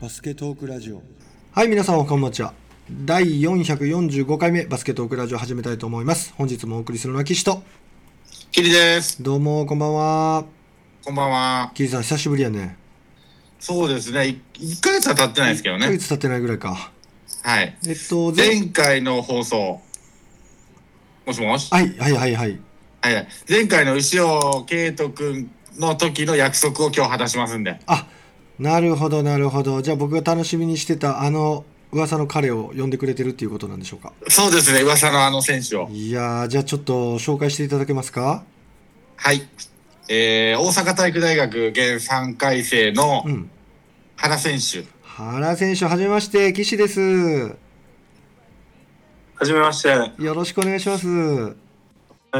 バスケトークラジオはい、皆さんおかんばんちは。第445回目バスケットオクラジオ始めたいと思います。本日もお送りするのは岸と。キリです。どうも、こんばんは。こんばんは。岸さん、久しぶりやね。そうですね。い一ヶ月は経ってないですけど1ヶね。月経ってないぐらいか。はい。えっと、前、前回の放送。もしもし。はい、はい、はい、はい。はいはい。前回の石尾圭人君の時の約束を今日果たしますんで。あ、なるほど、なるほど。じゃあ僕が楽しみにしてたあの噂の彼を呼んでくれてるっていうことなんでしょうか。そうですね。噂のあの選手を。いやー、じゃあちょっと紹介していただけますかはい。えー、大阪体育大学現3回生のうん。原選手。原選手、はじめまして、岸です。はじめまして。およろしくお願いします。願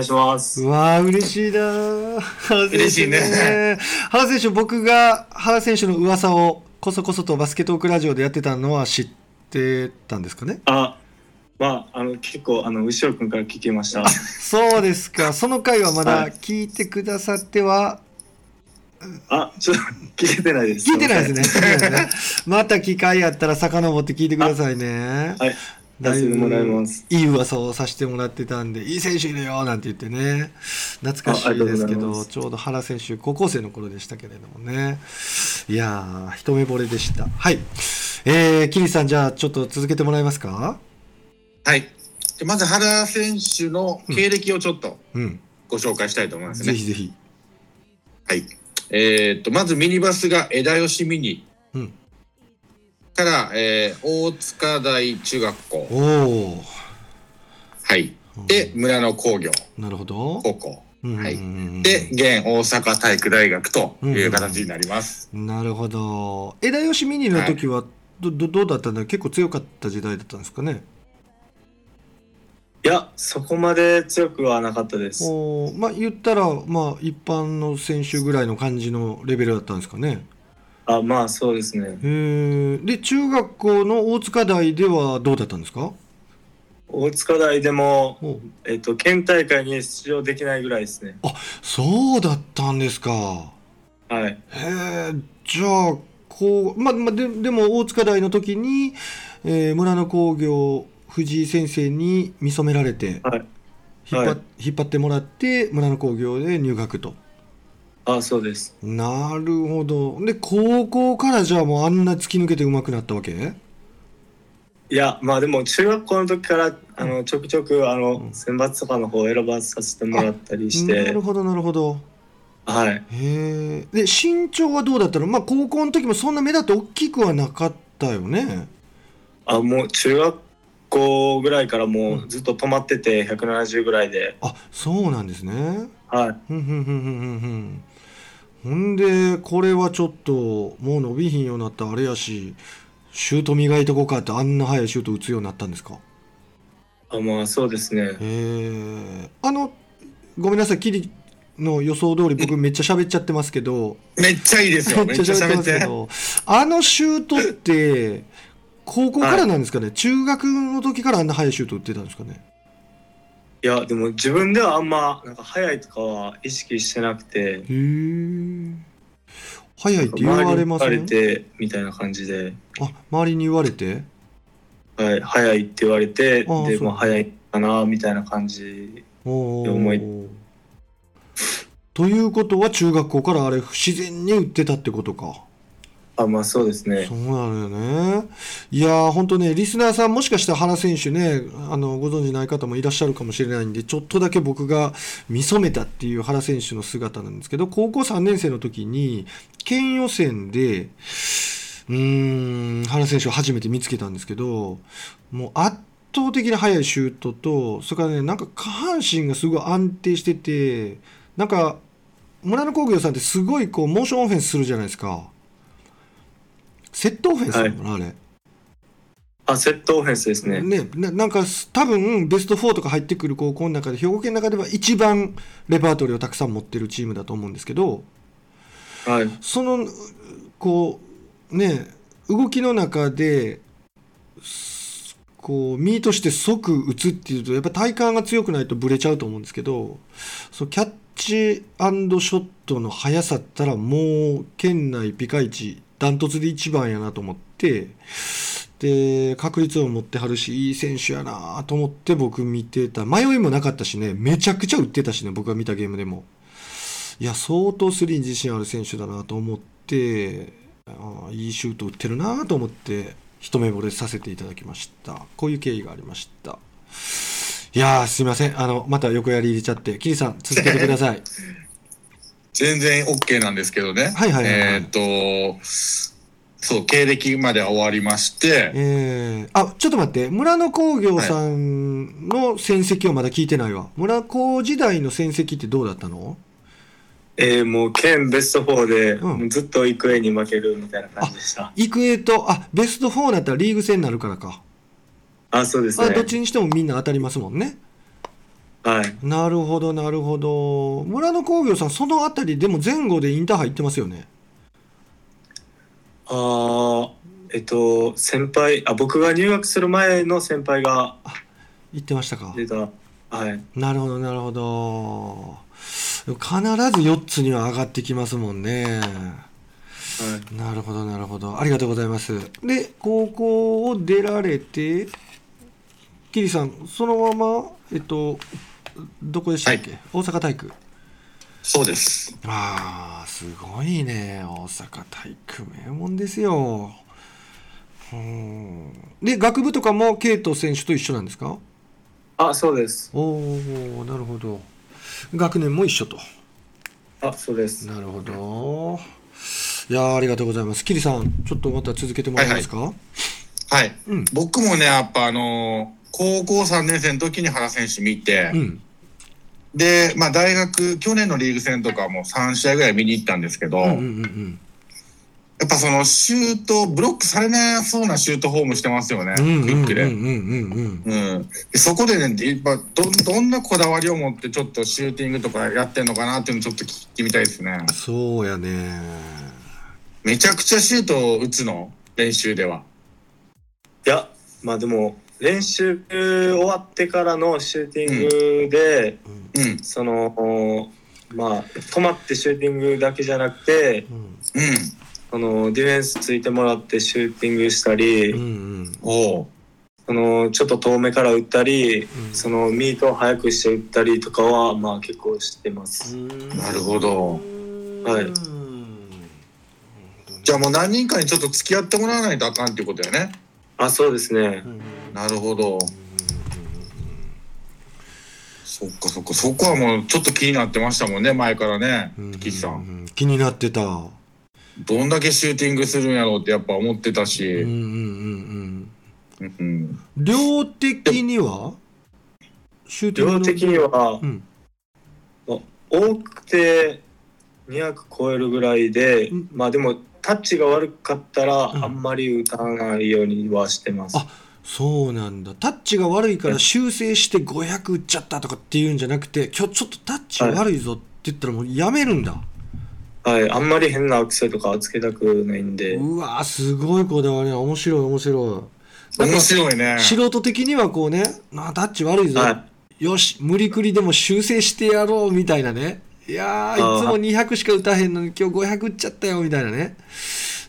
いします。うわあ嬉しいなー原選手嬉しいね 原選手僕が原選手の噂をこそこそとバスケットークラジオでやってたのは知ってたんですかねあ、まあ、あの、結構、あの、後ろくんから聞きました。そうですかその回はまはだい聞いてくださってはあ、ちょっと、聞けてないです。聞いてないですね。ね聞いてないですね また機会あったら遡って聞いてくださいねはい。だ出いしてもらいぶます。いい噂をさせてもらってたんでいい選手いるよなんて言ってね懐かしいですけあありがとうございどますちょうど原選手高校生の頃でしたけれどもねいやー一目惚れでしたはいえー、キリさんじゃあちょっと続けてもらえますかはい。でまず原選手の経歴をちょっとうんご紹介したいと思いますね。ぜひぜひはい。えーっと、まずミニバスが枝吉ミニ。うんから、えー大塚大中学校。おおはい。で、村野工業なるほど高校。うんはいうんで、現大阪体育大学という形になります。なるほど枝吉ミニの時はどどどうだったんだろう結構強かった時代だったんですかねいや、そこまで強くはなかったです。おーまあ言ったらまあ一般の選手ぐらいの感じのレベルだったんですかねあ、まあ、そうですね。へーで中学校の大塚大ではどうだったんですか大塚大でも、おえっと、県大会に出場できないぐらいですね。そうだったんですかはい。へえじゃあこうまあ、まあ、ででも大塚大の時に、えー村の工業藤井先生に見初められて、は引いっ張はい引っ張ってもらって村の工業で入学とあ、そうです。なるほどで高校からじゃあもうあんな突き抜けて上手くなったわけいや、まあ、でも、中学校の時から、あの、ちょくちょく、あうんの、選抜とかの方を選ばさせてもらったりしなてる、ほどなるほどはい。へえで身長はどうだったのまあ高校の時もそんな目立って大きくはなかったよねあもう中学校ぐらいからもううずっと止まってて170ぐらいで、あそうなんですねふはい、んふんふんふんふんふんほんでこれはちょっともう伸びひんようになったあれやしシュート磨いとこうかってあんな速いシュート打つようになったんですかあまあそうですねへえあのごめんなさいキリの予想通り僕めっちゃ喋っちゃってますけどめっちゃいいですよ。めっちめゃっちゃ喋って喋まっすけて。どあのシュートって高校からなんですかね、中学の時からあんな速いシュート打ってたんですかねいやでも自分ではあんまなんか速いとかは意識してなくてへえ速いって言周りわにれ言まわすれねてみたいな感じで、あ周りに言われてはい、速いって言われてああでそうまあ速いかなみたいな感じおで思いーということは中学校からあれ不自然に打ってたってことかあまあそうですねそうなのよね。いやー、本当ね、リスナーさん、もしかしたら原選手ね、あのご存じない方もいらっしゃるかもしれないんで、ちょっとだけ僕が見初めたっていう原選手の姿なんですけど、高校3年生の時に、県予選で、うーん、原選手を初めて見つけたんですけど、もう圧倒的に速いシュートと、それからね、なんか下半身がすごい安定してて、なんか、村野工業さんってすごいこうモーションオフェンスするじゃないですか。セットオフェンスなのかな、あセットオフェンスですあれ。ねねな、なんかす多分ベスト4とか入ってくる高校の中で兵庫県の中では一番レパートリーをたくさん持ってるチームだと思うんですけどはいそのうこうね動きの中ですこうミートして即打つっていうとやっぱ体幹が強くないとブレちゃうと思うんですけどそうキャッチショットの速さったらもう県内ピカイチダントツで一番やなと思って、で、確率を持ってはるし、いい選手やなと思って僕見てた。迷いもなかったしね、めちゃくちゃ打ってたしね、僕が見たゲームでも。いや、相当スリーに自信ある選手だなと思って、あーいいシュート打ってるなと思って、一目惚れさせていただきました。こういう経緯がありました。いやー、すいません。あの、また横やり入れちゃって、キリさん、続けてくだ さい。全然 OK なんですけどね。はいはいはいはいえーっ、と、そう、経歴までは終わりまして、えー、あちょっと待って村野工業さんの戦績をまだ聞いてないわ、村工時代の戦績ってどうだったのえー、もう県ベスト4で、うんもうずっと育英に負けるみたいな感じでした。育英とあベスト4だったらリーグ戦になるからか、あそうですあね。どっちにしてもみんな当たりますもんねはい。なるほどなるほど村野工業さんそのあたりでも前後でインターハイ行ってますよねあーえっと先輩あ僕が入学する前の先輩が行ってましたか出たはいなるほどなるほど必ず4つには上がってきますもんねはい。なるほどなるほどありがとうございますで高校を出られてキリさんそのままえっとどこでしたっけ、大阪体育そうです。ああすごいね大阪体育名門ですようんで学部とかもケイト選手と一緒なんですかあそうですおおなるほど学年も一緒とあそうですなるほどいやーありがとうございますキリさんちょっとまた続けてもらえますか、はい。うん僕もね、やっぱあの、高校3年生の時に原選手見て、うんで、まあ大学、去年のリーグ戦とかも3試合ぐらい見に行ったんですけど、うんうんうんうんやっぱそのシュート、ブロックされなそうなシュートフォームしてますよね、うクイんうんッうんクうで。んうんうん、そこでね、やっぱどどんなこだわりを持って、ちょっとシューティングとかやってんのかなっていうのちょっと聞いてみたいですね。そうやねめちゃくちゃシュートを打つの、練習では。いやまあでも練習終わってからのシューティングで、うん、そのまあ止まってシューティングだけじゃなくてうんうん、そのディフェンスついてもらってシューティングしたり、うんうんおうそのちょっと遠めから打ったり、うんそのミートを早くして打ったりとかはまあ結構してます、なるほど。はいじゃあもう何人かにちょっと付き合ってもらわないとあかんっていうことだよね。あそうですねうんうんなるほど。そっかそっか、そこはもうちょっと気になってましたもんね、前からねうんうん、岸さん。うん気になってたうんどんだけシューティングするんやろうってやっぱ思ってたうんし、うんうん、うん量的にはシューティング量の的にはうん多くて200超えるぐらいで、うんまあでもタッチが悪かったらうんあんまり打たないようにはしてます、あそうなんだタッチが悪いから修正して500打っちゃったとかっていうんじゃなくて今日ちょっとタッチ悪いぞって言ったらもうやめるんだ、はいあんまり変なアクセとかつけたくないんで、うわーすごいこだわり面白い面白いなん面か白いね。素人的にはこうねあタッチ悪いぞ、はよし無理くりでも修正してやろうみたいなねいやーいあーつも200しか打たへんのに今日500打っちゃったよみたいなね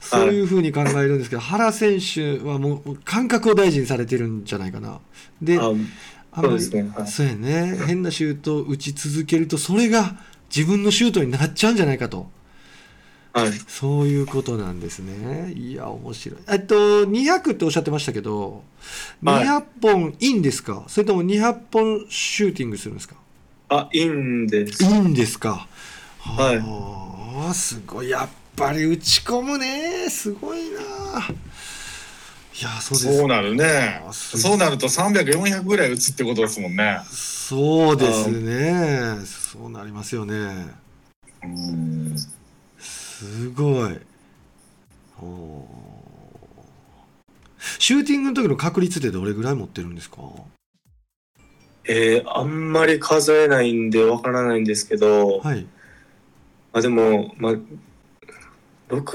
そういうふうに考えるんですけど、原選手はもう感覚を大事にされてるんじゃないかなでい、ああんまそうりですね、はいそうやね変なシュートを打ち続けるとそれが自分のシュートになっちゃうんじゃないかとはい、そういうことなんですね。いや、面白い。えっと、200っておっしゃってましたけど、はい200本いいんですかそれとも200本シューティングするんですかあいいんですいいんですかはいあーすごい。やっぱり打ち込むね。すごいな。いや、そうですそうなるね。あすそうなると300、400ぐらい打つってことですもんね。そうですね。そうなりますよね。うんすごい。おーシューティングの時の確率ってどれぐらい持ってるんですかえーあんまり数えないんでわからないんですけど、はい。まあでもまあ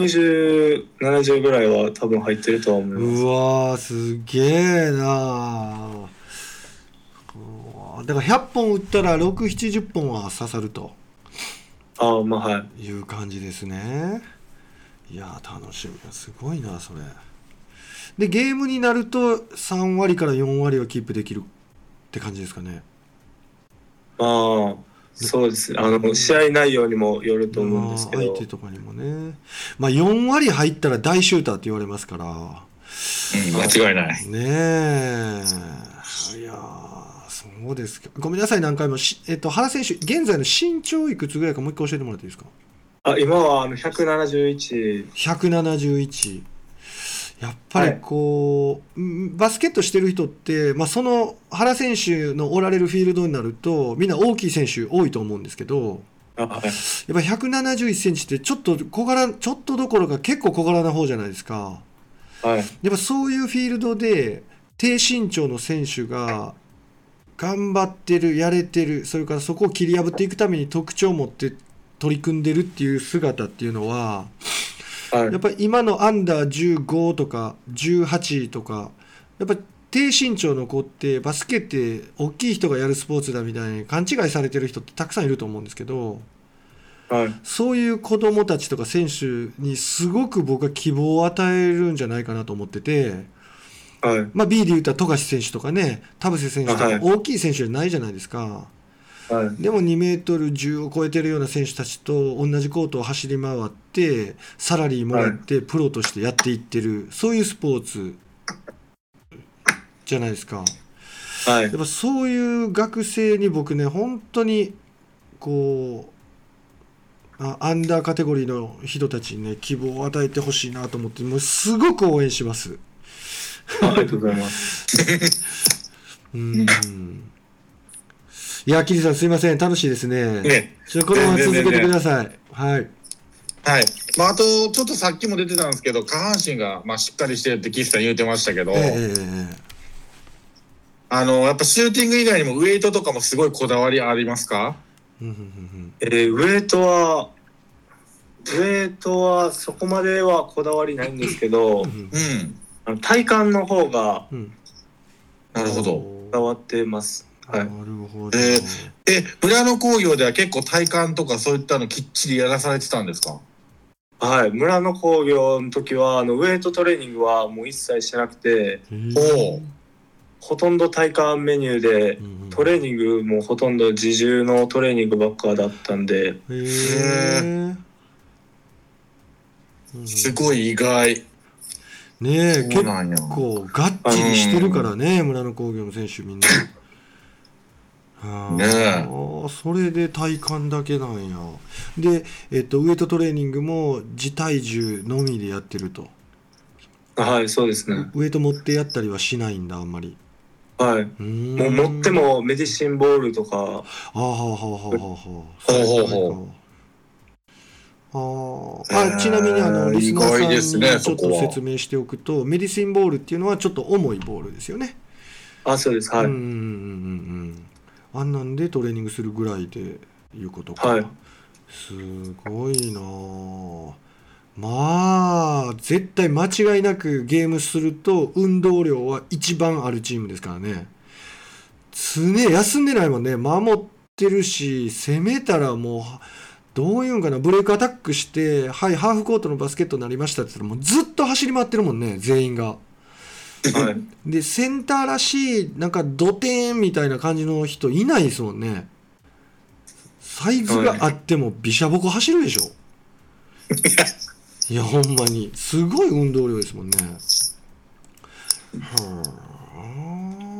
6070ぐらいは多分入ってるとは思いますうわー、すげえなーうわーだから100本打ったら6、70本は刺さるとあまあはいいう感じですね。いやー、楽しみ。すごいな、それ。でゲームになると3割から4割はキープできるって感じですかね。まあ、そうですね。あの、試合内容にもよると思うんですけまあど相手。とかにもね、まあ、4割入ったら大シューターって言われますから。うん、間違いない。ねえ。いやーそうですか。ごめんなさい、何回も。しえっと、原選手、現在の身長いくつぐらいかもう一回教えてもらっていいですかあ、今はあの171。 ?171。やっぱはりいこう、うんバスケットしてる人って、まあ、その原選手のおられるフィールドになると、みんな大きい選手多いと思うんですけど、あやっはいぱ171センチってちょっと小柄、ちょっとどころか結構小柄な方じゃないですか。はい。やっぱそういうフィールドで低身長の選手が頑張ってるやれてるそれからそこを切り破っていくために特徴を持って取り組んでるっていう姿っていうのははいやっ。ぱり今のアンダー15とか18とかやっぱ低身長の子ってバスケって大きい人がやるスポーツだみたいに勘違いされてる人ってたくさんいると思うんですけどはい。そういう子どもたちとか選手にすごく僕は希望を与えるんじゃないかなと思ってて。はい。まあ、B で言ったら富樫選手とかね、田臥選手とはかい大きい選手じゃないじゃないですか、はい。でも2メートル10を超えてるような選手たちと同じコートを走り回って、サラリーもらって、プロとしてやっていってる、そういうスポーツじゃないですか、はいやっぱそういう学生に僕ね、本当にこう、あアンダーカテゴリーの人たちにね、希望を与えてほしいなと思って、もうすごく応援します。あありがとうございます。うーんいや、キリさんすいません。楽しいですね。ね。ちょこのまま続けてください。はい。はい。まあ、あと、ちょっとさっきも出てたんですけど、下半身が、まあ、しっかりしてるって岸さん言うてましたけど、えええあの、やっぱシューティング以外にもウエイトとかもすごいこだわりありますかえええうんうんうんえー、ウェイトは、ウェイトはそこまではこだわりないんですけどう、んうん。あの体幹の方がうんうんなるほど。こだわってます。はないる。ほど。ええ、村野工業では結構体幹とかそういったのきっちりやらされてたんですかはい。村の工業の時は、あの、ウェイトトレーニングはもう一切してなくて、おうほとんど体幹メニューで、トレーニニングもほとんど自重のトレーニングばっかだったんで、ング。へへえうんすごい意外。ねえ、そう結なんや。構がっちりしてるからね、村の工業の選手みんな。あーねえあーそれで体幹だけなんや。で、えっと、ウエイトトレーニングも自体重のみでやってると。はい、そうですね。ウエイト持ってやったりはしないんだ、あんまり。はい。うーんもう持って。もメディシンボールとか、あーはあはあはあはあはあ。ほうほうほうそうかあーあえーちなみにあのリスナ意外ーでさすんねにちょっそことは説明しておくと、メディシンボールっていうのはちょっと重いボールですよね。あ、そうです。はうんいうん。うんうんうんあんなんでトレーニングするぐらいでいうことか、はいすごいなあまあ絶対間違いなくゲームすると運動量は一番あるチームですからね常休んでないもんね守ってるし攻めたらもうどういうんかなブレイクアタックしてはいハーフコートのバスケットになりましたって言ったらもうずっと走り回ってるもんね全員が。はい。でセンターらしいなんかドテーンみたいな感じの人いないですもんねサイズがあってもびしゃぼこ走るでしょ、い、やほんまにすごい運動量ですもんねは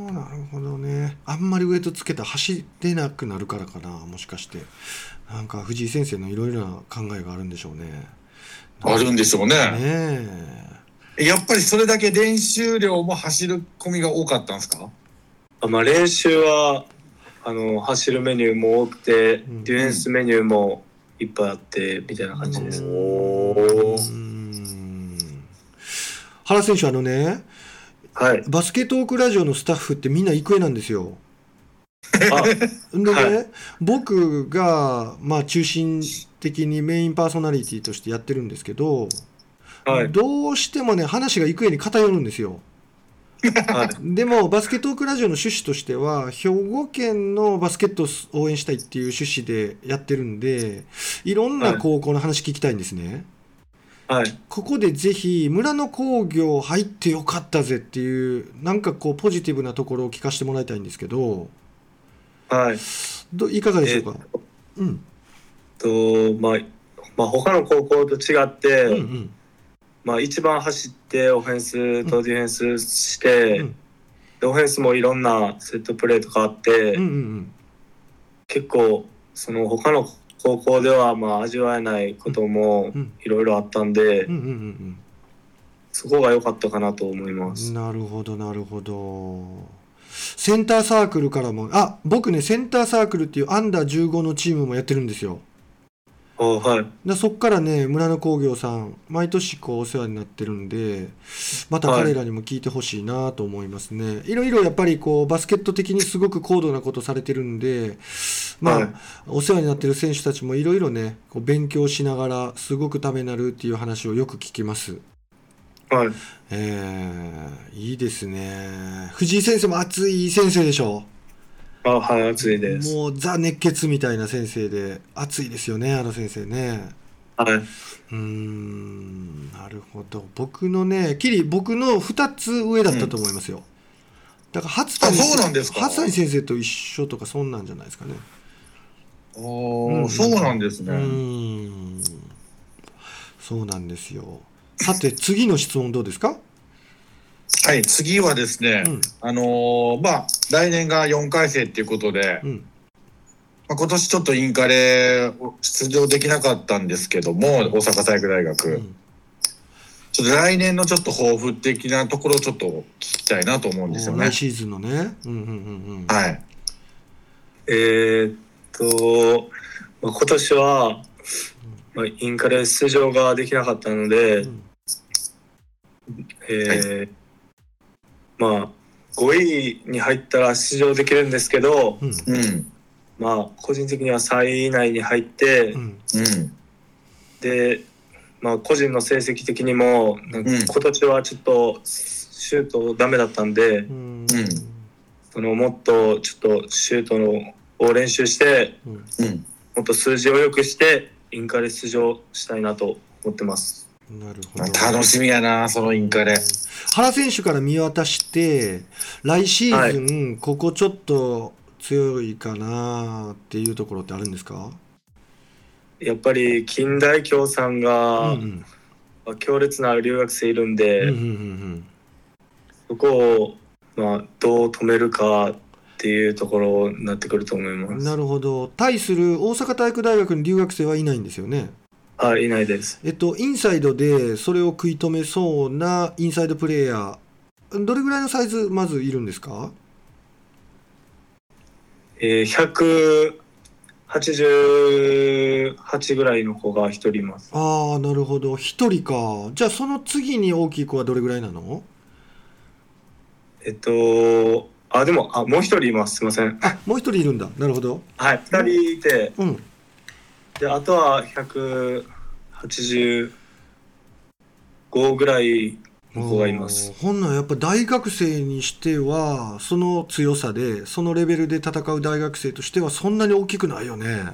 あなるほどねあんまりウエイトつけたら走れなくなるからかなもしかしてなんか藤井先生のいろいろな考えがあるんでしょうねあるんでしょうねね。えやっぱりそれだけ練習量も走る込みが多かったんですかあまあ、練習はあの走るメニューも多くて、んディフェンスメニューもいっぱいあってみたいな感じです。うーん原選手、あのね、はい。バスケットオークラジオのスタッフってみんな育英なんですよ。あ、でね、は僕が、まあ、中心的にメインパーソナリティとしてやってるんですけど、はい。どうしてもね、話が育英に偏るんですよ。はい。でも、バスケットオークラジオの趣旨としては、兵庫県のバスケットを応援したいっていう趣旨でやってるんで、いろんな高校の話聞きたいんですね。はい。ここでぜひ村の工業入ってよかったぜっていうなんかこうポジティブなところを聞かせてもらいたいんですけどはい。どいかがでしえょうっか、うん、と、まあ、まあ、他の高校と違って、うんうんまあ、一番走ってオフェンスとディフェンスして、うんでオフェンスもいろんなセットプレーとかあって、うんうん結構その他の高校ではまあ味わえないこともうんいろいろあったんで、うんうんうんうんそこが良かったかなと思います。なるほどなるほどセンターサークルからもあ僕ねセンターサークルっていうアンダー15のチームもやってるんですよあはいでそっからね村野工業さん毎年こうお世話になってるんでまたはい彼らにも聞いてほしいなと思いますね、い、ろいろやっぱりこうバスケット的にすごく高度なことされてるんでまあ、はいお世話になってる選手たちもいろいろねこう勉強しながらすごくためになるっていう話をよく聞きますはいえー、いいですね藤井先生も熱い先生でしょあはい暑いです。もうザ熱血みたいな先生で熱いですよねあの先生ねはいうーんなるほど僕のねキリ僕の2つ上だったと思いますよ、だから初谷あそうなんですか初谷先生と一緒とかそんなんじゃないですかねおうーんそうなんですうね。ーんそうなんですよさて次の質問どうですかはい、次はですね、うんあのーまあ、来年が4回生っていうことで、うんまあ、今年ちょっとインカレ出場できなかったんですけども、大阪体育大学。うんちょっと来年のちょっと抱負的なところをちょっと聞きたいなと思うんですよね来。シーズンのねうんうんうんうんはい。えーっと、まあ、今年は、まあ、インカレ出場ができなかったので、うんえーまあ5位に入ったら出場できるんですけど、うんうん。まあ、個人的には3位以内に入って、うんうん。で、まあ、個人の成績的にもなんかうん今年はちょっとシュートダメだったんで、うんそのもっとちょっとシュートのを練習してうんうん。もっと数字を良くしてインカレ出場したいなと思ってます。なるほまどあ楽しみやな、そのインカレ。原選手から見渡して来シーズン、ここちょっと強いかなっていうところってあるんですか、やっぱり近代京さうんんがうんまあ強烈な留学生いるんで、うんうんうんそこをまあどう止めるかっていうところになってくると思いうんます。なるほど対する大阪体育大学に留学生はいないんですよねあいないです。えっとインサイドでそれを食い止めそうなインサイドプレーヤーどれぐらいのサイズまずいるんですかえー、188ぐらいの子が一人います。ああなるほど1人かじゃあその次に大きい子はどれぐらいなのえっと、あ、でも、あ、もう一人います。すいません。あもう1人いるんだなるほどはい、二人いて、うんで、あとは185ぐらいの子がいますお。ー。本来やっぱ大学生にしてはその強さでそのレベルで戦う大学生としてはそんなに大きくないよね。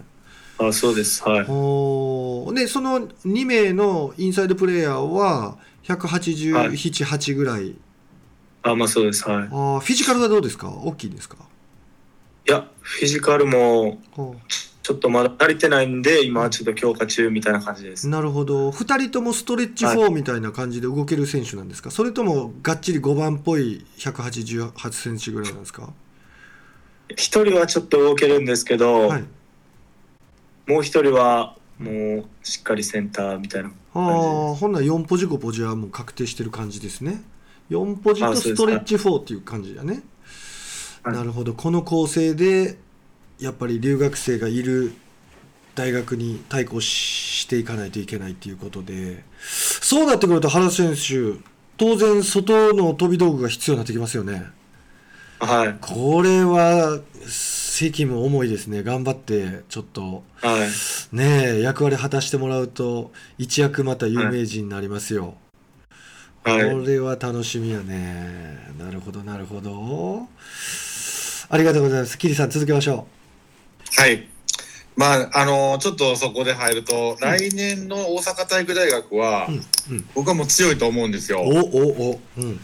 あ、そうです。はい。おーでその2名のインサイドプレーヤーははい187、8ぐらいあ、まあそうです。はいあ。ーフィジカルはどうですか大きいですかいや、フィジカルもおちょっとまだ足りてないんで、今はちょっと強化中みたいな感じです。なるほど2人ともストレッチ4みたいな感じで動ける選手なんですか、それともがっちり5番っぽい188センチぐらいなんですか、一人はちょっと動けるんですけど、はい、もう一人はもうしっかりセンターみたいな。ああ、本来4ポジ5ポジはもう確定してる感じですね。4ポジとあそうスですトレッチ4っていう感じだね。はいなるほど。この構成で、やっぱり留学生がいる大学に対抗ししていかないといけないっていうことで、そうなってくると原選手、当然外の飛び道具が必要になってきますよね。はい。これは、責務重いですね。頑張って、ちょっと、はい。ねえ、役割果たしてもらうと、一躍また有名人になりますよ。はい。これは楽しみやね。なるほど、なるほど。ありがとうございます。キリさん、続けましょはい。まあ、あのちょっとそこで入ると、来年の大阪体育大学は、うんうん僕はもう強いと思うんですよお。おおうん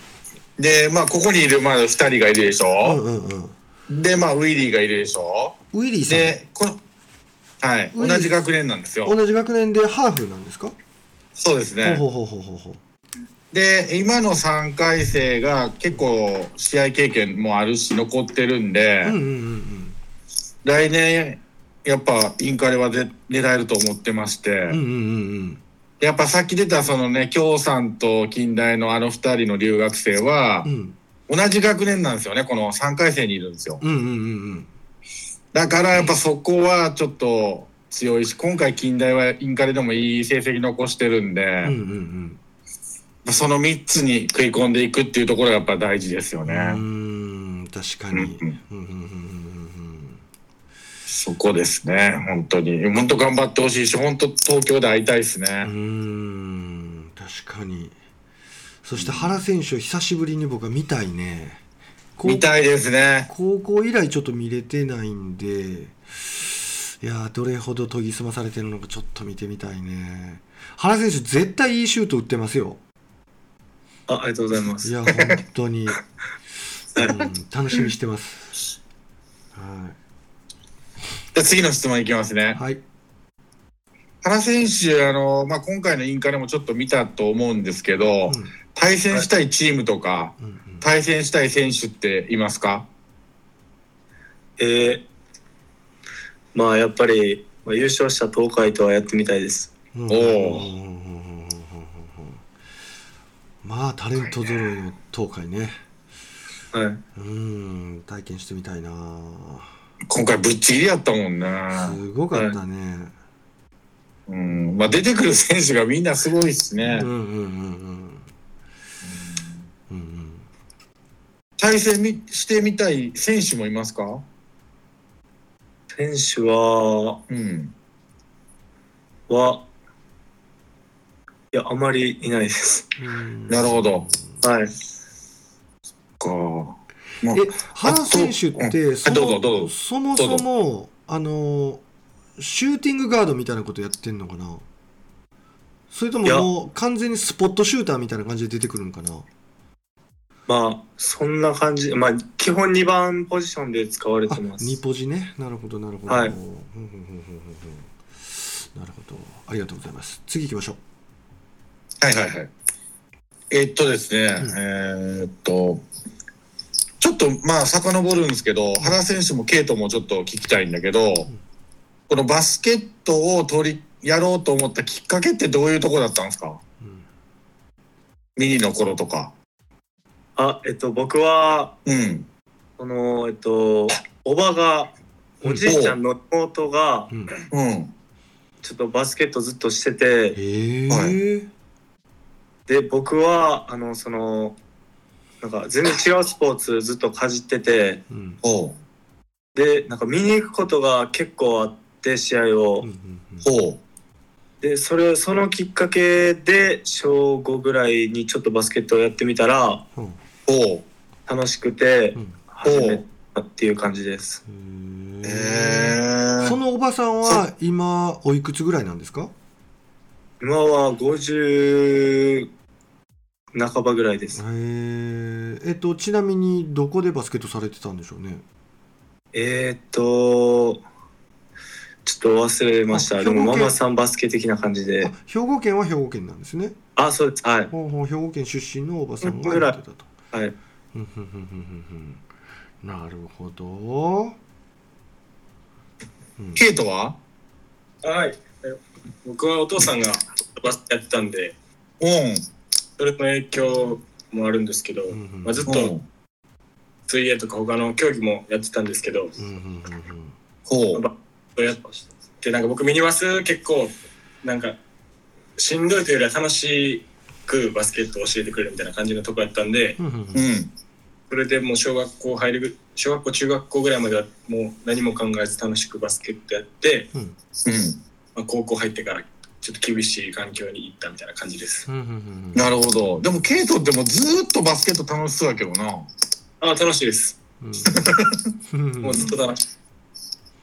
で、まあ、ここにいる、まあ、2人がいるでしうんょ。うんうんで、まあ、ウィリーがいるでしょ。ウィリーさんで、この、はい、ウィ同リーじ学年なんですよ。同じ学年でハーフなんですか、そうですね。ほうほうほうほうほうで、今の3回生が結構試合経験もあるし、残ってるんで、うんうんうん来年、やっぱインカレはで狙えると思ってまして、うんうんうんやっぱさっき出たそのね、京さんと近代のあの2人の留学生はうんう、ん同じ学年なんですよね、この3回生にいるんですよ。うんうんうんだからやっぱそこはちょっと強いし、今回近代はインカレでもいい成績残してるんで、うんうんうんその3つに食い込んでいくっていうところがやっぱ大事ですようね。んうーん確かにうんうんうんうんうんそこですね、本当に。本当頑張ってほしいし、本当東京で会いたいですうんうね。ーん確かにそして原選手を久しぶりに僕は見たいねこう見たいですね。高校以来ちょっと見れてないんでいやーどれほど研ぎ澄まされてるのかちょっと見てみたいね原選手絶対いいシュート打ってますよあありがとうございまいす。や本当に、うん、楽しみにしてますはじゃあ次の質問いきますい、ね。はい、原選手、あの、まあ、今回のインカレもちょっと見たと思うんですけど、うん対戦したいチームとか、うんうん対戦したい選手っていますかえーまあやっぱり、まあ、優勝した東海とはやってみたいです。うんおーうんうんうんうんうんうんうんまあタレント揃いの東海ねはうい。ん体験してみたいな今回ぶっちぎりやったもんな。すごかったね、うん。まあ、出てくる選手がみんなすごいしねうん。うんうんうんうんうん対戦みしてみたい選手もいますか選手は、うん。は、いや、あまりいないです。うんなるほど。はい。か。え、原選手って、そどうぞどうもぞそもどそうも、あの、シューティングガードみたいなことやってんのかなそれともいやもう完全にスポットシューターみたいな感じで出てくるのかなまあ、そんな感じ。まあ、基本2番ポジションで使われあ、てます。 2ポジね。なるほど、なるほど。はいうんうんうんうんうんなるほど。ありがとうございます。次行きましょう。はいはいはい。えっとですうね、んえーっと、ちょっとまあ遡るんですけど、原選手もケイトもちょっと聞きたいんだけど、このバスケットを取り、やろうと思ったきっかけってどういうとこだったんですかうんミニの頃とか。あ、えっと、僕は、うん。その、えっと、おばが、おじいちゃんの妹が、うんうん。ちょっとバスケットずっとしてて、へえ。で、僕は、あの、その、なんか全然違うスポーツずっとかじってて、うんほう。で、なんか見に行くことが結構あって、試合を。うんうんうんほう。でそれそのきっかけで小5ぐらいにちょっとバスケットをやってみたらうんほう。楽しくてうん始めたっていう感じです。へええそー。のおばさんは今おいくつぐらいなんですか今は50半ばぐらいです。へええっとちなみにどこでバスケットされてたんでしょうねえー、っとちょっと忘れましあたで兵も庫マ県マさんバスケ的な感じあで兵庫県は兵庫県なんですねあそうですはいほうほう兵庫県出身のおばさんうんぐがらやいってたとはいふんふんふんふんふんふんなるほど、うんケイトははい。僕はお父さんがバスケやってたんで、うん。それの影響もあるんですけど、うんうんまあ、ずっうとん。水泳とか他の競技もやってたんですけど、うんうんうんうんほう。そうやってなんか僕ミニバス結構なんかしんどいというよりは楽しくバスケットを教えてくれるみたいな感じのとこやったんで、うんうんううんん。それでもう小学校入るぐ小学校中学校ぐらいまではもう何も考えず楽しくバスケットやって、うんうん。まあ、高校入ってからちょっと厳しい環境に行ったみたいな感じです。うんうんうんなるほど。でもケイトってもうずーっとバスケット楽しそうやけどな。あ楽しいです。うんうんうんもうずっと楽しい。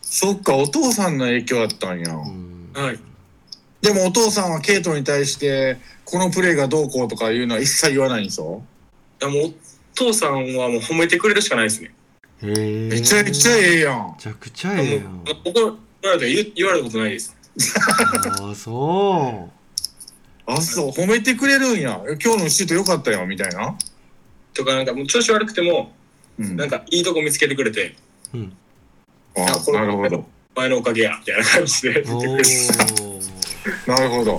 そっか、お父さんの影響だったんや。うんはい。でもお父さんはケイトに対して、このプレーがどうこうとかいうのは一切言わないんですよ。あもうお父さんはもう褒めてくれるしかないですね。へえめちゃめちゃめええやん。ちゃくちゃええやもんう怒られた言う言われたことないです。ああそあ、そう、褒めてくれるんや。え今日のシュート良かったよ、みたいな。とかなんかもう調子悪くてもうんなんかいいとこ見つけてくれてううんあこれなるほど。お前のおかげやみたいな感じで言っておくれる。ーなるほど。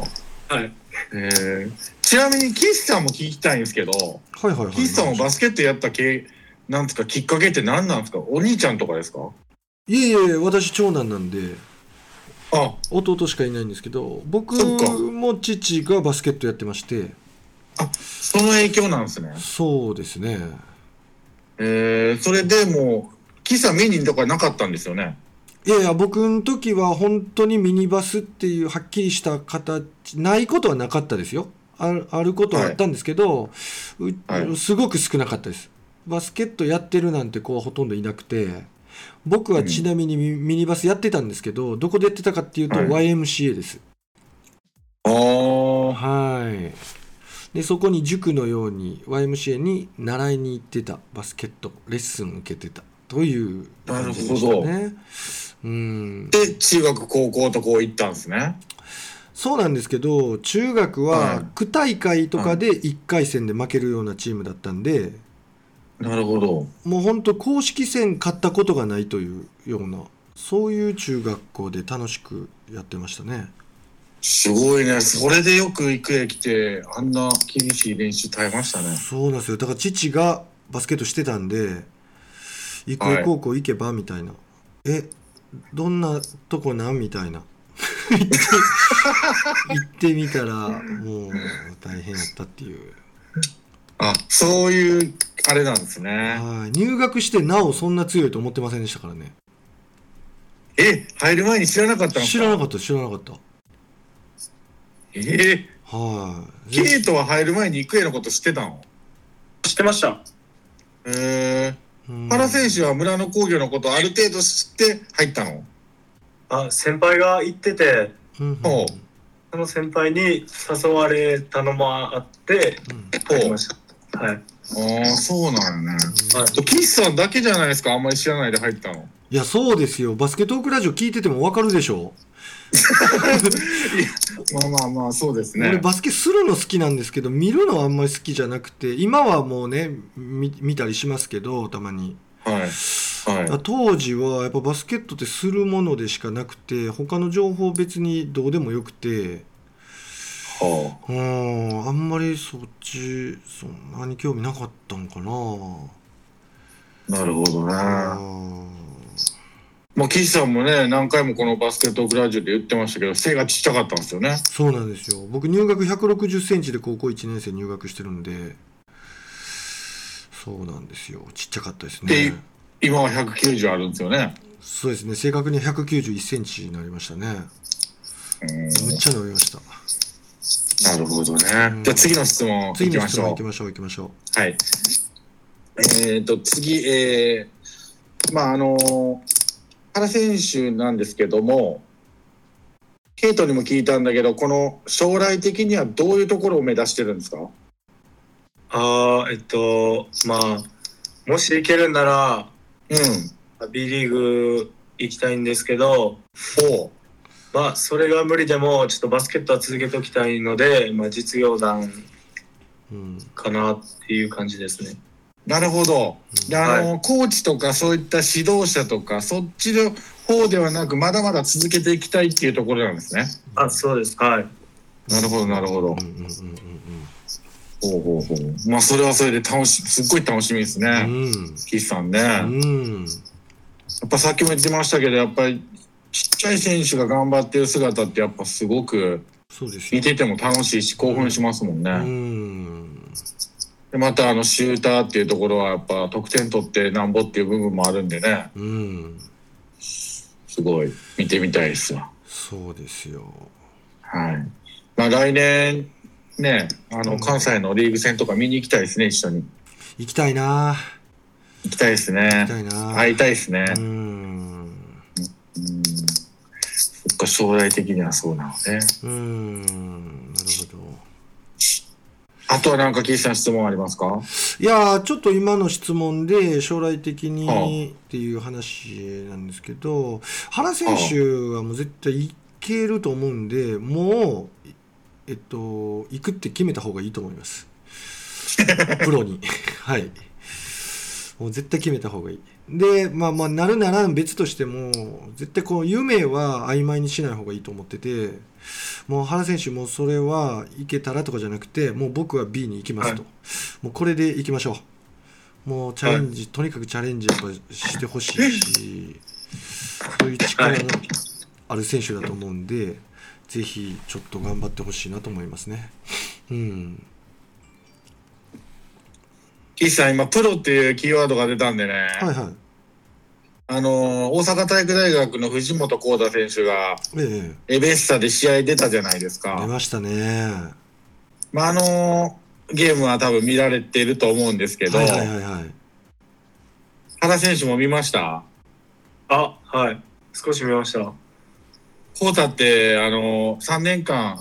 はい。えー、ちなみに、岸さんも聞きたいんですけど、はいはいはい岸さんもバスケットやったけ、なんですか、きっかけって何なんですかお兄ちゃんとかですかいえいえ私長男なんであ、弟しかいないんですけど僕そっかも父がバスケットやってましてその影響なんですね。そうですねえー、それでもう、岸さん見に行ったことなかったんですよね。いやいや僕の時は本当にミニバスっていうはっきりした形ないことはなかったですよあるあることはあったんですけど、うはいすごく少なかったですバスケットやってるなんて子はほとんどいなくて僕はちなみにミ,、ニバスやってたんですけどどこでやってたかっていうとはい YMCA ですああ。はいでそこに塾のように YMCA に習いに行ってたバスケットレッスン受けてたという感じでしたねなうんで、中学、高校とこう行ったんですね。そうなんですけど中学ははい区大会とかで1回戦で負けるようなチームだったんで、なるほど。もうほんと公式戦勝ったことがないというようなそういう中学校で楽しくやってましたねすごいね。それでよく行くへ来て、あんな厳しい練習耐えましたね。そうなんですよだから父がバスケットしてたんで育は英い高校行けばみたいな、えどんなとこなんみたいな 行って行ってみたらもう大変やったっていうあ、そういう、あれなんですね。はい入学してなおそんな強いと思ってませんでしたからねえ、入る前に知らなかったんです知からなかった知らなかったえー、はいケでイトは入る前に育英のこと知ってたの知ってました。えうんー、原選手は村の工業のことある程度知って入ったのあ先輩が行っててうんうんおうその先輩に誘われたのもあってうんおう行きましたはいああ、そうなんやね。はい岸さんだけじゃないですか、あんまり知らないで入ったの。いやそうですよバスケトークラジオ聞いてても分かるでしょ、まあまあまあ、そうです俺ね。バスケするの好きなんですけど見るのはあんまり好きじゃなくて今はもうね見見たりしますけどたまにはい。は当時はやっぱバスケットってするものでしかなくて他の情報別にどうでもよくてい。はあうんあんまりそっちそんなに興味なかったんかななるほどね。うんまあ、岸さんもね、何回もこのバスケットグラジオで言ってましたけど、背がちっちゃかったんですよね。そうなんですよ僕入学1 6 0センチで高校1年生入学してるんでそうなんですよちっちゃかったですでね今は190あるんですよね。そうですね正確に1 9 1センチになりましたねうーんむっちゃ伸びましたなるほどね。んじゃあ次の質問い次きのま質し問行ょうき。ましょう行きましょはい。えっ、と、次、えー、まあ、あの原選手なんですけども、ケイトにも聞いたんだけど、この将来的にはどういうところを目指してるんですかあーえっとまあもし行けるならうん。 B リーグ行きたいんですけどおうまあそれが無理でもちょっとバスケットは続けておきたいので、まあ、実業団う、うん、かなっていう感じですねなるほど。であの、コーチとかそういった指導者とかそっちの方ではなくまだまだ続けていきたいっていうところなんですね。あそうですはいなるほどなるほどうんうんうんほうほうほう。まあそれはそれで楽しすっごい楽しみですうね。んうん岸さんね。うやんうんっぱさっきも言ってましたけどやっぱりちっちゃい選手が頑張ってる姿ってやっぱすごくそうです見よてても楽しいし興奮しますもんね。うんでまたあのシューターっていうところはやっぱ得点取ってなんぼっていう部分もあるんでねうんすごい見てみたいですわ。そうですよはい。まあ来年ね、あうのん関西のリーグ戦とか見に行きたいですね、一緒に。行きたいな行きたいです行ねき。たいな会いたいですね。うんうんと将来的にはそうなのね。うーんなるほどあとはなんか岸さん質問ありますかいやーちょっと今の質問で将来的はにっていう話なんですけど原選手はもう絶対いけると思うんでもうえっと行くって決めた方がいいと思いますプロに はいもう絶対決めた方がいいでまあまあなるなら別としても絶対こう夢は曖昧にしない方がいいと思っててもう原選手もそれはいけたらとかじゃなくてもう僕は B に行きますと、もうこれで行きましょうもうチャレンジ、とにかくチャレンジやっぱしてほしいしそういう力のある選手だと思うんで、ぜひちょっと頑張ってほしいなと思いますねうん岸さん、今、プロっていうキーワードが出たんでね、はいはいあの、大阪体育大学の藤本幸太選手が、えエベッサで試合出たじゃないですえ出か。ましたねまあ、あの、ゲームは多分見られてると思うんですけど、はいはいはいはい原選手も見ましたあ、はい。少し見ました。コータって、あの、3年間、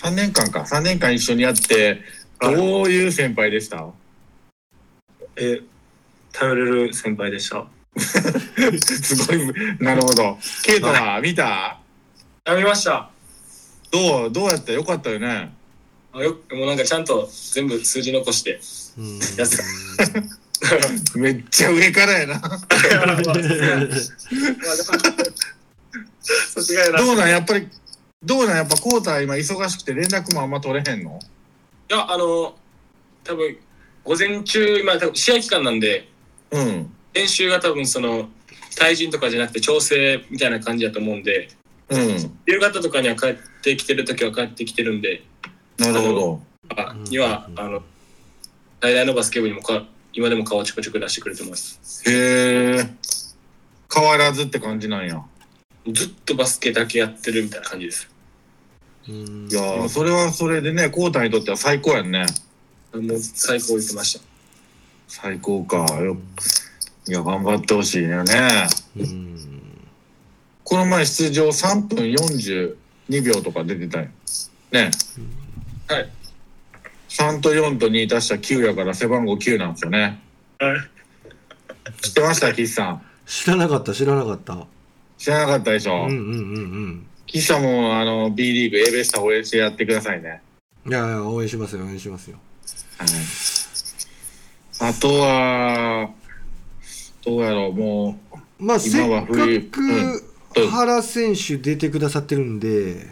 3年間か、3年間一緒にやって、どういう先輩でしたえ、頼れる先輩でした。すごい、なるほど。ケイタは見たあ、見ました。どう、どうやったよかったよね。あよくもうなんかちゃんと全部数字 残して。うんやつめっちゃ上からやな。まあでもさすがやな。いどうなんやっぱり、どうなんやっぱコータ今忙しくて連絡もあんま取れへんのや、あの、多分午前中、今、多分試合期間なんで、うん。練習が多分その、対人とかじゃなくて調整みたいな感じだと思うんで、うん。夕方とかには帰ってきてるときは帰ってきてるんで、なるほど。あには、あの、大々のバスケ部にもか、今でも顔ちょくちょく出してくれてます。へえ。変わらずって感じなんや。ずっとバスケだけやってるみたいな感じです。うんいやー、それはそれでね、コータにとっては最高やんね。もう最高言ってました。最高か。よいや、頑張ってほしいよね。うんこの前出場3分42秒とか出てたよ。ね。はい。 3と4と2足した9やから背番号9なんですよね。はい。知ってました、岸さん。知らなかった知らなかった知らなかったでしうんょ。うんうん岸さんも、あの、B リーグ、エベスタ応援してやってくださいね。うんいやいや応援しますよ応援しますよはい。あとは、どうやろう、もまあせ今はっか冬く原選手出てくださってるんで、う。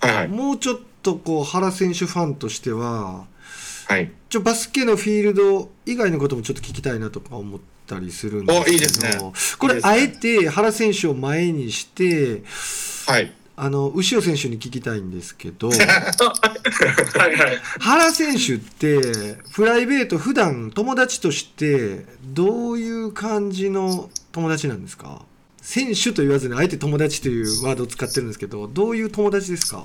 はいはい。もうちょっとこう原選手ファンとしてははい。ちょバスケのフィールド以外のこともちょっと聞きたいなとか思ったりするんですけどおいいですねこれいいですねあえて原選手を前にしてはい。あの牛尾選手に聞きたいんですけ どはいはい。原選手ってプライベート普段友達としてどういう感じの友達なんですか選手と言わずにあえて友達というワードを使ってるんですけどどういう友達ですか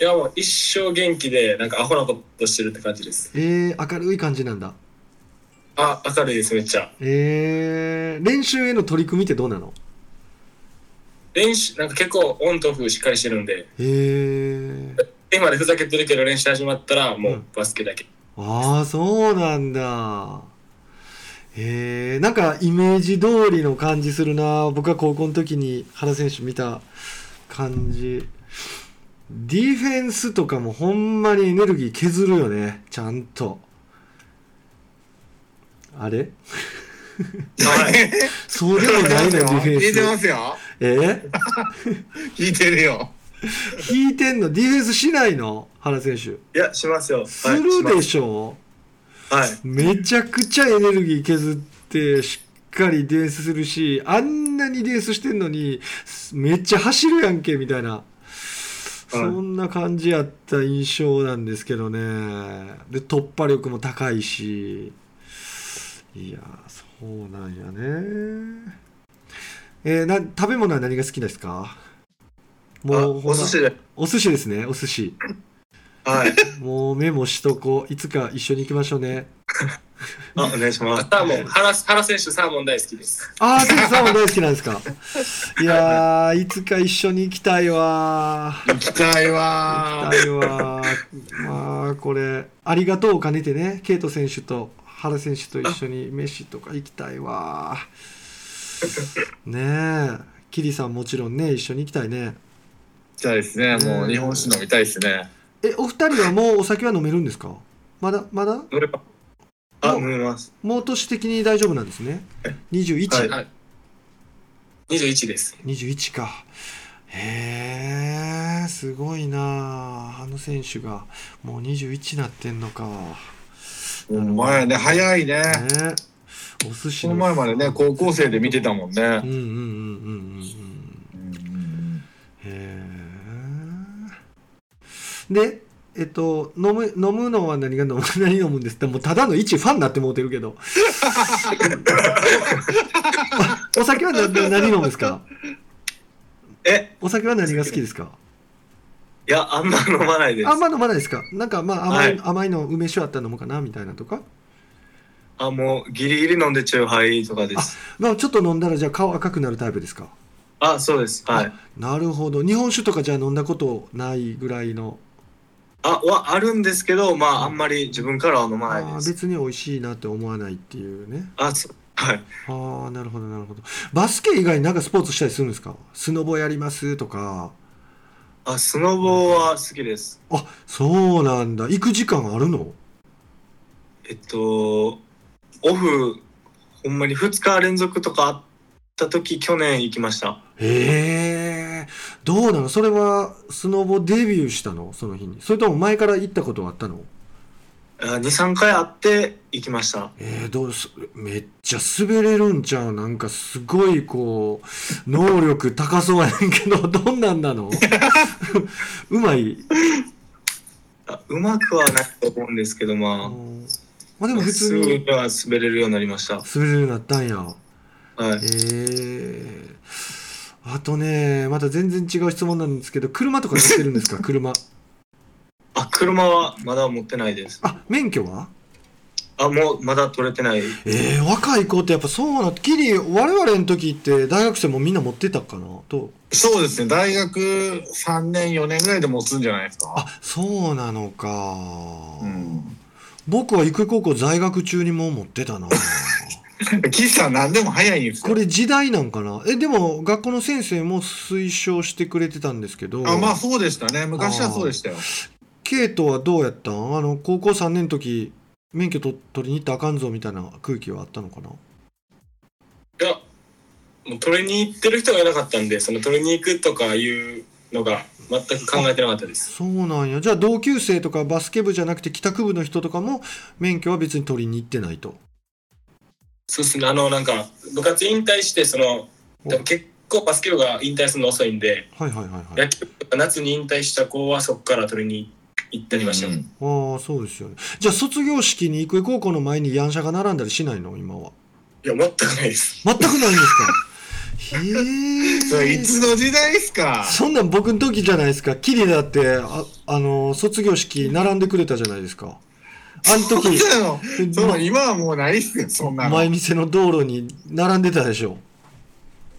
いやもう一生元気でなんかアホなことしてるって感じですえー、明るい感じなんだあ明るいですめっちゃえー、練習への取り組みってどうなの練習なんか結構オンとオフしっかりしてるんでえー、今までふざけてるけど練習始まったらもううんバスケだけ、ああそうなんだえー、なんかイメージ通りの感じするな僕が高校の時に原選手見た感じディフェンスとかもほんまにエネルギー削るよねちゃんとあれはいそうでもないの よディフェン聞いてまスすよ。え聞いてるよ。引いてんのディフェンスしないの原選手いや、しますよ。はいするでししょ、ますめちゃくちゃエネルギー削ってしっかりディフェンスするしあんなにディフェンスしてんのにめっちゃ走るやんけみたいな、そんな感じやった印象なんですけどねで突破力も高いしいやーそうなんやねえーな食べ物は何が好きですかはい。あもうほおんま寿司で。お寿司ですねお寿司はい。もうメモしとこういつか一緒に行きましょうねあ、お願いします。サーモン、原原選手、サーモン大好きです。ああ、センさんも大好きなん ですか。いやー、いつか一緒に行きたいわー。行きたい行わーきたいわー。まあ、これ、ありがとうを兼ねてね、ケイト選手と原選手と一緒に飯とか行きたいわ ー。ねえ、キリさんもちろんね、一緒に行きたいね。行きたいですね。もう日本酒飲みたいですね。え、お二人はもうお酒は飲めるんですかまだ、まだ乗れば。あ、飲みます。もう年的に大丈夫なんですね。21。はいはい。21です。 21かへえすごいなああの選手がもう21なってんのかほんまやね、早いねね。お寿司この前までね、高校生で見てたもんうねん。うんうんうんうんうんへえでえっと飲む飲むのは何が飲む何飲むんですってもうただの一ファンになってもうてるけ どおお酒は何何飲むんですかえ、お酒は何が好きですかいや、あんま飲まないですあん。ま飲まないですかなんかまあ甘い,、はい甘いの梅酒あったら飲もうかなみたいなとかあ、もうギリギリ飲んでチューハイとかです。まあちょっと飲んだらじゃあ顔赤くなるタイプですかあ、そうです。はい。なるほど日本酒とかじゃあ飲んだことないぐらいの、あ、はあるんですけど、まあ、あんまり自分からは飲まあないあでーす。別に美味しいなって思わないっていうねあ、そう。はい。ああなるほどなるほどバスケ以外になんかスポーツしたりするんですかスノボやりますとかあ、スノボは好きです。あそうなんだ行く時間あるのえっと、オフ、ほんまに2日連続とかあった時、去年行きました。へえどうなのそれはスノボデビューしたのその日にそれとも前から行ったことはあったのあ2、3回会って行きました。えー、どうすめっちゃ滑れるんちゃうなんかすごいこう能力高そうやねんけどどんなんなの うまいあうまくはないと思うんですけど、あまのまあであ、も普す通ぐにには滑れるようになりました。滑れるようになったんやはえい。ー、あとねまた全然違う質問なんですけど車とか乗ってるんです か車あ、車はまだ持ってないです。あ免許はあ、もうまだ取れてない。えー、若い子ってやっぱそうなってキリ我々の時って大学生もみんな持ってたかなとそうですね、大学3年、4年ぐらいで持つんじゃないですか。あそうなのか、うん。僕は育英高校在学中にもう持って たな岸さん、何でも早いんですこよ。れ時代なんかなえでも学校の先生も推奨してくれてたんですけどあ、まあそうでしたね。昔はそうでしたよ。ケイトはどうやったんあの高校3年の時免許と取りに行ったらあかんぞみたいな空気はあったのかないや、もう取りに行ってる人がいなかったんで、その取りに行くとかいうのが全く考えてなかったです。そうなんやじゃあ同級生とかバスケ部じゃなくて帰宅部の人とかも免許は別に取りに行ってないとそうですね、あの、なんか、部活引退して、その、でも結構バスケ部が引退するの遅いんで、はいはいはいはい野球部が夏に引退した子はそこから取りに行ったりましたよ。うんああそうですよねじゃあ卒業式に行く高校の前にヤンシャが並んだりしないの今はいや、全くないです。全くないん ですかへえそれいつの時代ですかそんなん僕の時じゃないですか。キリだって、あ、あのー卒業式並んでくれたじゃないですか。あの時、 そんなのその今はもうないっすよ、そんなの前。店の道路に並んでたでしょ。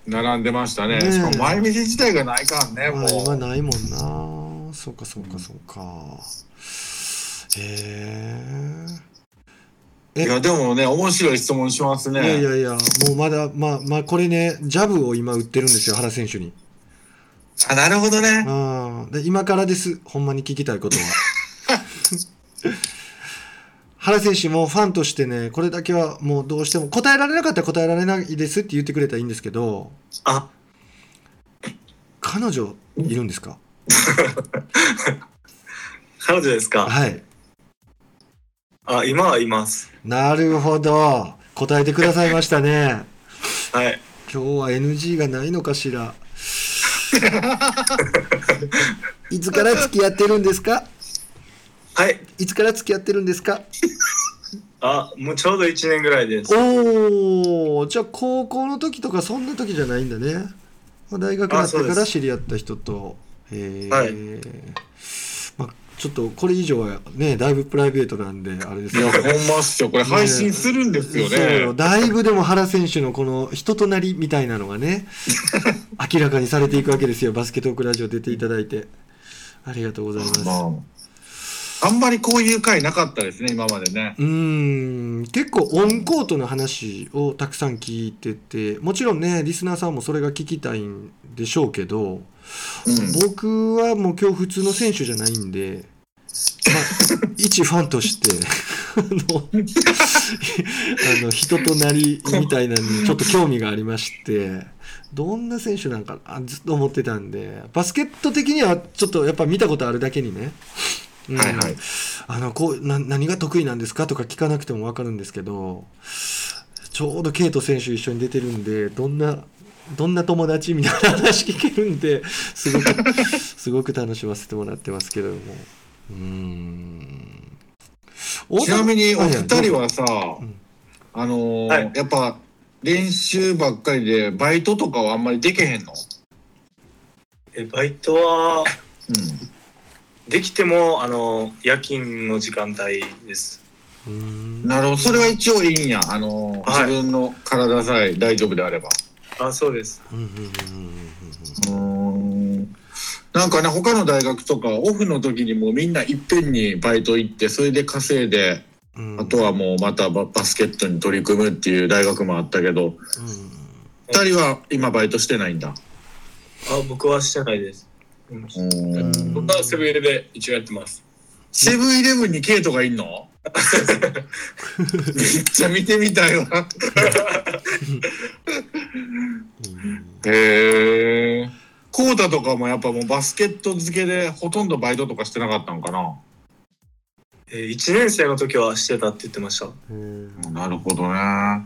並んでましたね。ねえしかも前店自体がないからね、まあ、も今う。ないもんな。そうかそうかそうか。へえいや、でもね、面白い質問しますえ。いやいね。やいや、もうまだ、まあまあこれね、ジャブを今売ってるんですよ、原選手に。あ、なるほどね。ああ、で今からです。ほんまに聞きたいことは。原選手もファンとしてね、これだけはもうどうしても答えられなかったら答えられないですって言ってくれたらいいんですけど、あ、彼女いるんですか？彼女ですか。はい。あ、今はいます。なるほど。答えてくださいましたね。はい。今日は NG がないのかしら。 いつから付き合ってるんですか？はい。いつから付き合ってるんですか？あ、もうちょうど1年ぐらいです。おおじゃあ高校の時とかそんな時じゃないんだね、まあ、大学になってあそかうでらす知り合った人とへえ、はいまあちょっとこれ以上はねだいぶプライベートなんであれですいけや、どほんまっすよ。これ配信するんですよそうよね。だいぶでも原選手のこの人となりみたいなのが ね明らかにされていくわけですよバスケトークラジオ出ていただいてありがとうございます、まあ、あんまりこういう回なかったですね、今までね。うーん結構オンコートの話をたくさん聞いててもちろんねリスナーさんもそれが聞きたいんでしょうけど、うん。僕はもう今日普通の選手じゃないんで、まあ、一ファンとしてあのあの人となりみたいなのにちょっと興味がありましてどんな選手なんかなずっと思ってたんでバスケット的にはちょっとやっぱ見たことあるだけにね、うんはいはい。あのこうな何が得意なんですかとか聞かなくても分かるんですけどちょうどケイト選手一緒に出てるんでどんなどんな友達みたいな話聞けるんですごくすごく楽しませてもらってますけれどもうーんちなみにお二人ははさ、んあのーはいやっぱ練習ばっかりでバイトとかはあんまりできへんの、えバイトはうできてもあの夜勤の時間帯ですいやどううーんん、なるほどそれは一応いいんや、あのーはい自分の体さえ大丈夫であればあそうですうんうんうんうーんなんかね他の大学とかオフの時にもうみんないっぺんにバイト行ってそれで稼いでうんうんうんあとはもうまたババスケットに取り組むっていう大学もあったけど二人は今バイトしてないんだあ僕はしてないです、うんうーんうん僕はセブンイレで一応やってます。セブンイレブンにケイトがいん のめっちゃ見てみたいわ。うんへえ。コータとかもやっぱもうバスケット漬けでほとんどバイトとかしてなかったのかな。え1年生の時はしてたって言ってましたうんなるほどね。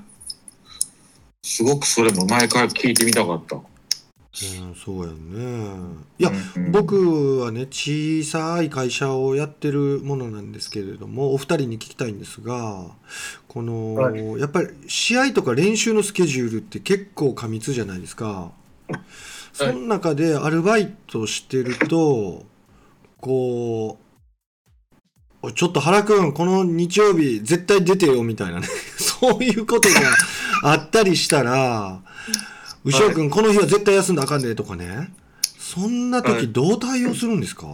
すごくそれも前から聞いてみたかった。うんそうやんねいや、うんうん、僕はね小さい会社をやってるものなんですけれどもお二人に聞きたいんですがこの、はやっぱり試合とか練習のスケジュールって結構過密じゃないですか。その中でアルバイトしてるとこうおい「ちょっと原くんこの日曜日絶対出てよ」みたいなね そういうことがあったりしたら「牛尾君この日は絶対休んだらあかんで」とかねそんなは時いどう対応するんですか、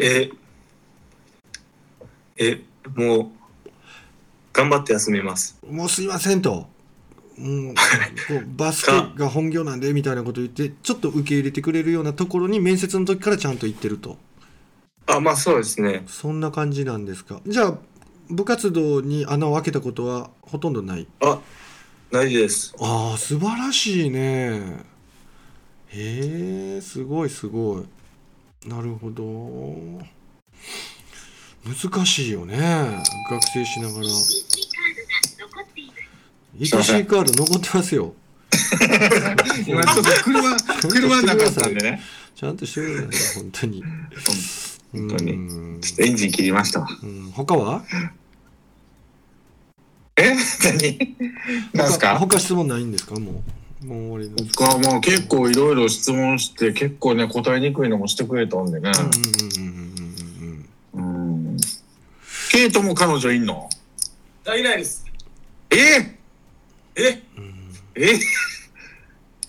ええもう頑張って休みますもうすいませんと。もうこうバスケが本業なんでみたいなこと言ってちょっと受け入れてくれるようなところに面接の時からちゃんと行ってるとあまあそうですねそんな感じなんですかじゃあ部活動に穴を開けたことはほとんどないあないですああ素晴らしいねへえすごいすごいなるほど難しいよね学生しながら ETC カード残ってますよ今ちょっと 車、車なかったんでね。ちゃんとしてください、本当に。本当にうんちょっとエンジン切りましたわ。うん他はえ 何何す他か他質問ないんですかもう。もう終わりなんですか。僕はもう結構いろいろ質問して結構ね答えにくいのもしてくれたんでね。うんうんうんうんうんうんうんケイトも彼女いんのあ、いないです。ええうんえ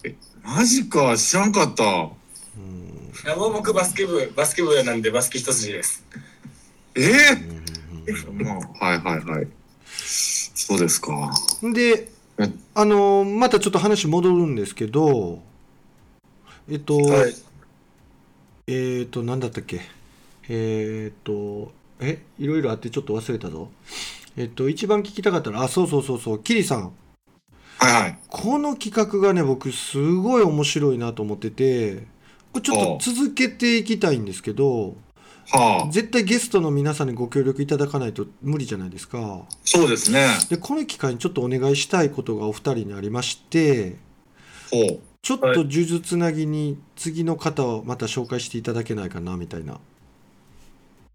えマジか知らんかったうんいやもう僕バスケ部、バスケ部なんでバスケ一筋です。えうんまあはいはいはいそうですかうんでえ、あのーまたちょっと話戻るんですけど、えっと、はいえーっと、なんだったっけえーっと、え、いろいろあってちょっと忘れたぞ。えっと、一番聞きたかったのは、あ、そうそうそうそう、キリさん。はいはいこの企画がね僕すごい面白いなと思っててこれちょっと続けていきたいんですけどはあ絶対ゲストの皆さんにご協力いただかないと無理じゃないですかそうですねでこの機会にちょっとお願いしたいことがお二人にありましてほうちょっと呪術つなぎに次の方をまた紹介していただけないかなみたいな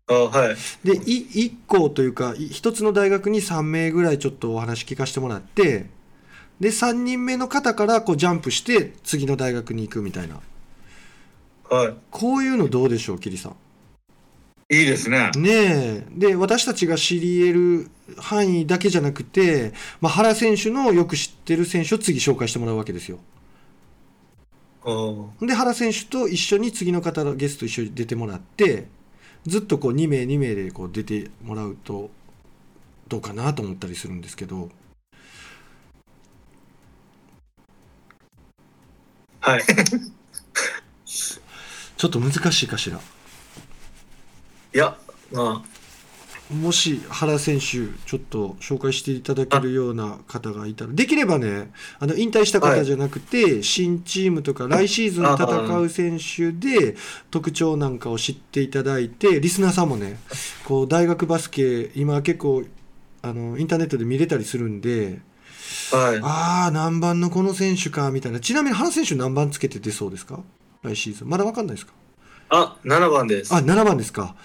あはいでい1校というかい一つの大学に3名ぐらいちょっとお話聞かせてもらってで3人目の方からこうジャンプして次の大学に行くみたいなはい。こういうのどうでしょう、キリさん。いいですね。ねえで私たちが知り得る範囲だけじゃなくて、まあ、原選手のよく知ってる選手を次紹介してもらうわけですよ。あーで原選手と一緒に次の方のゲスト一緒に出てもらってずっとこう2名2名でこう出てもらうとどうかなと思ったりするんですけど はい。ちょっと難しいかしらいや、まあ、もし原選手ちょっと紹介していただけるような方がいたらできればねあの引退した方じゃなくて、新チームとか来シーズン戦う選手で特徴なんかを知っていただいてリスナーさんもねこう大学バスケ今結構あのインターネットで見れたりするんではい。ああ何番のこの選手かみたいなちなみに原選手何番つけて出そうですか来シーズンまだ分かんないですかあ、7番です。あ7番ですか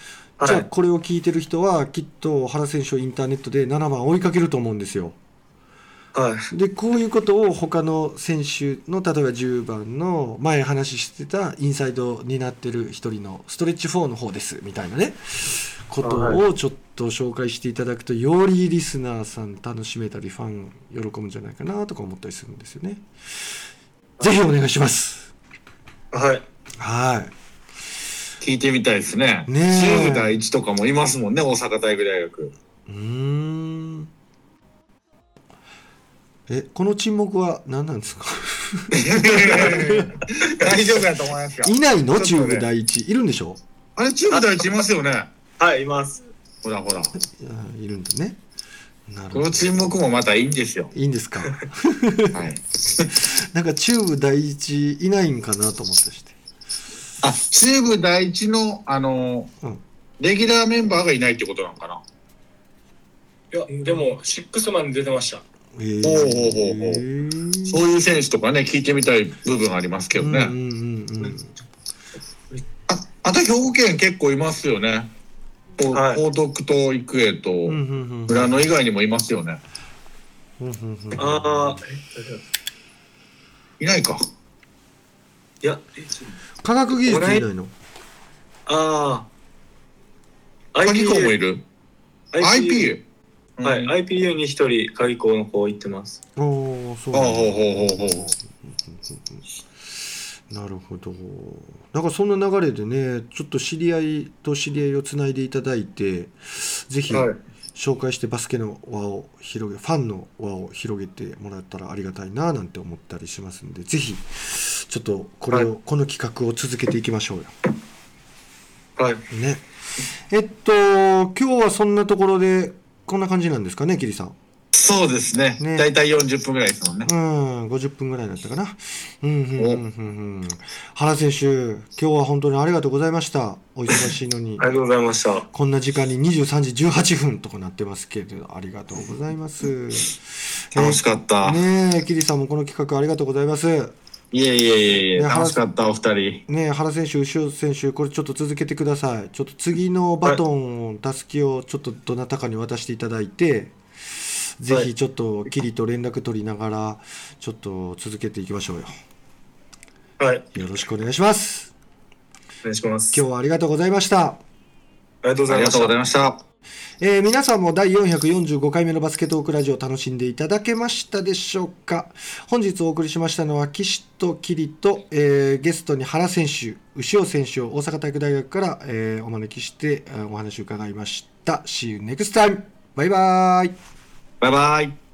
じゃあはい。これを聞いてる人はきっと原選手をインターネットで7番追いかけると思うんですよ。はい。でこういうことを他の選手の例えば10番の前話してたインサイドになってる一人のストレッチ4の方ですみたいなねことをちょっと紹介していただくとよりリスナーさん楽しめたりファン喜ぶんじゃないかなとか思ったりするんですよね。ぜひお願いします。はい。はい。聞いてみたいですね。ねえチーム第一とかもいますもんね、大阪体育大学。うーん。え、この沈黙は何なんですか 大丈夫やと思いますよ。いないのちょ中っとね部第一。いるんでしょあれ、チーム第一いますよね。はい、います。ほらほら。あいるんだね。なるこほのど。沈黙もまたいいんですよ。いいん ですかはい。なんか中部第一いないんかなと思ったりして。あ、中部第一の、あの、うんレギュラーメンバーがいないってことなのかな。いや、でも、シックスマンで出てました。えーほうほうほうほうえーそういう選手とかね、聞いてみたい部分ありますけどうんね。うんうんうん。ああと、兵庫県結構いますよね。こうはい報徳と育英うと、んうんうん。村野以外にもいますよね。うんうんうんああ、いないか。いや、科学技術いないのああ。鍵子もいる。 IPU。 IP。はうい、ん IPU に一人、鍵校の子行ってます。おお、そうあなあ、んほだうほうほうほう。なるほど。なんかそんな流れでね、ちょっと知り合いと知り合いをつないでいただいて、ぜひはい紹介してバスケの輪を広げ、ファンの輪を広げてもらったらありがたいななんて思ったりしますんで、ぜひちょっとこれを、この企画を続けていきましょうよ。はい。ね。えっと、今日はそんなところで、こんな感じなんですかね、キリさん。そうですね。ねだいたい40分ぐらいですもんね。うん、50分ぐらいだったかな。うん、うん、うん、うんうん。原選手、今日は本当にありがとうございました。お忙しいのにあり。がとうございました。こんな時間に23時18分とかなってますけど、ありがとうございます。楽しかった。ねえ、キリさんもこの企画ありがとうございます。いえいえいえいえ、ね楽しかった、お二人。ねえ、原選手、牛尾選手、これちょっと続けてください。ちょっと次のバトンを、たすきをちょっとどなたかに渡していただいて、ぜひちょっとキリと連絡取りながら、ちょっと続けていきましょうよ。はい。およろしくお願いします。願いします。今日はありがとうございました。ありがとうごあざいりまがとしうたご。ざいました。えー皆さんも第445回目のバスケトークラジオを楽しんでいただけましたでしょうか本日お送りしましたのは岸と桐と、えーゲストに原選手牛尾選手を大阪体育大学から、えーお招きしてえーお話を伺いました See you next time! バイバイバイバイ。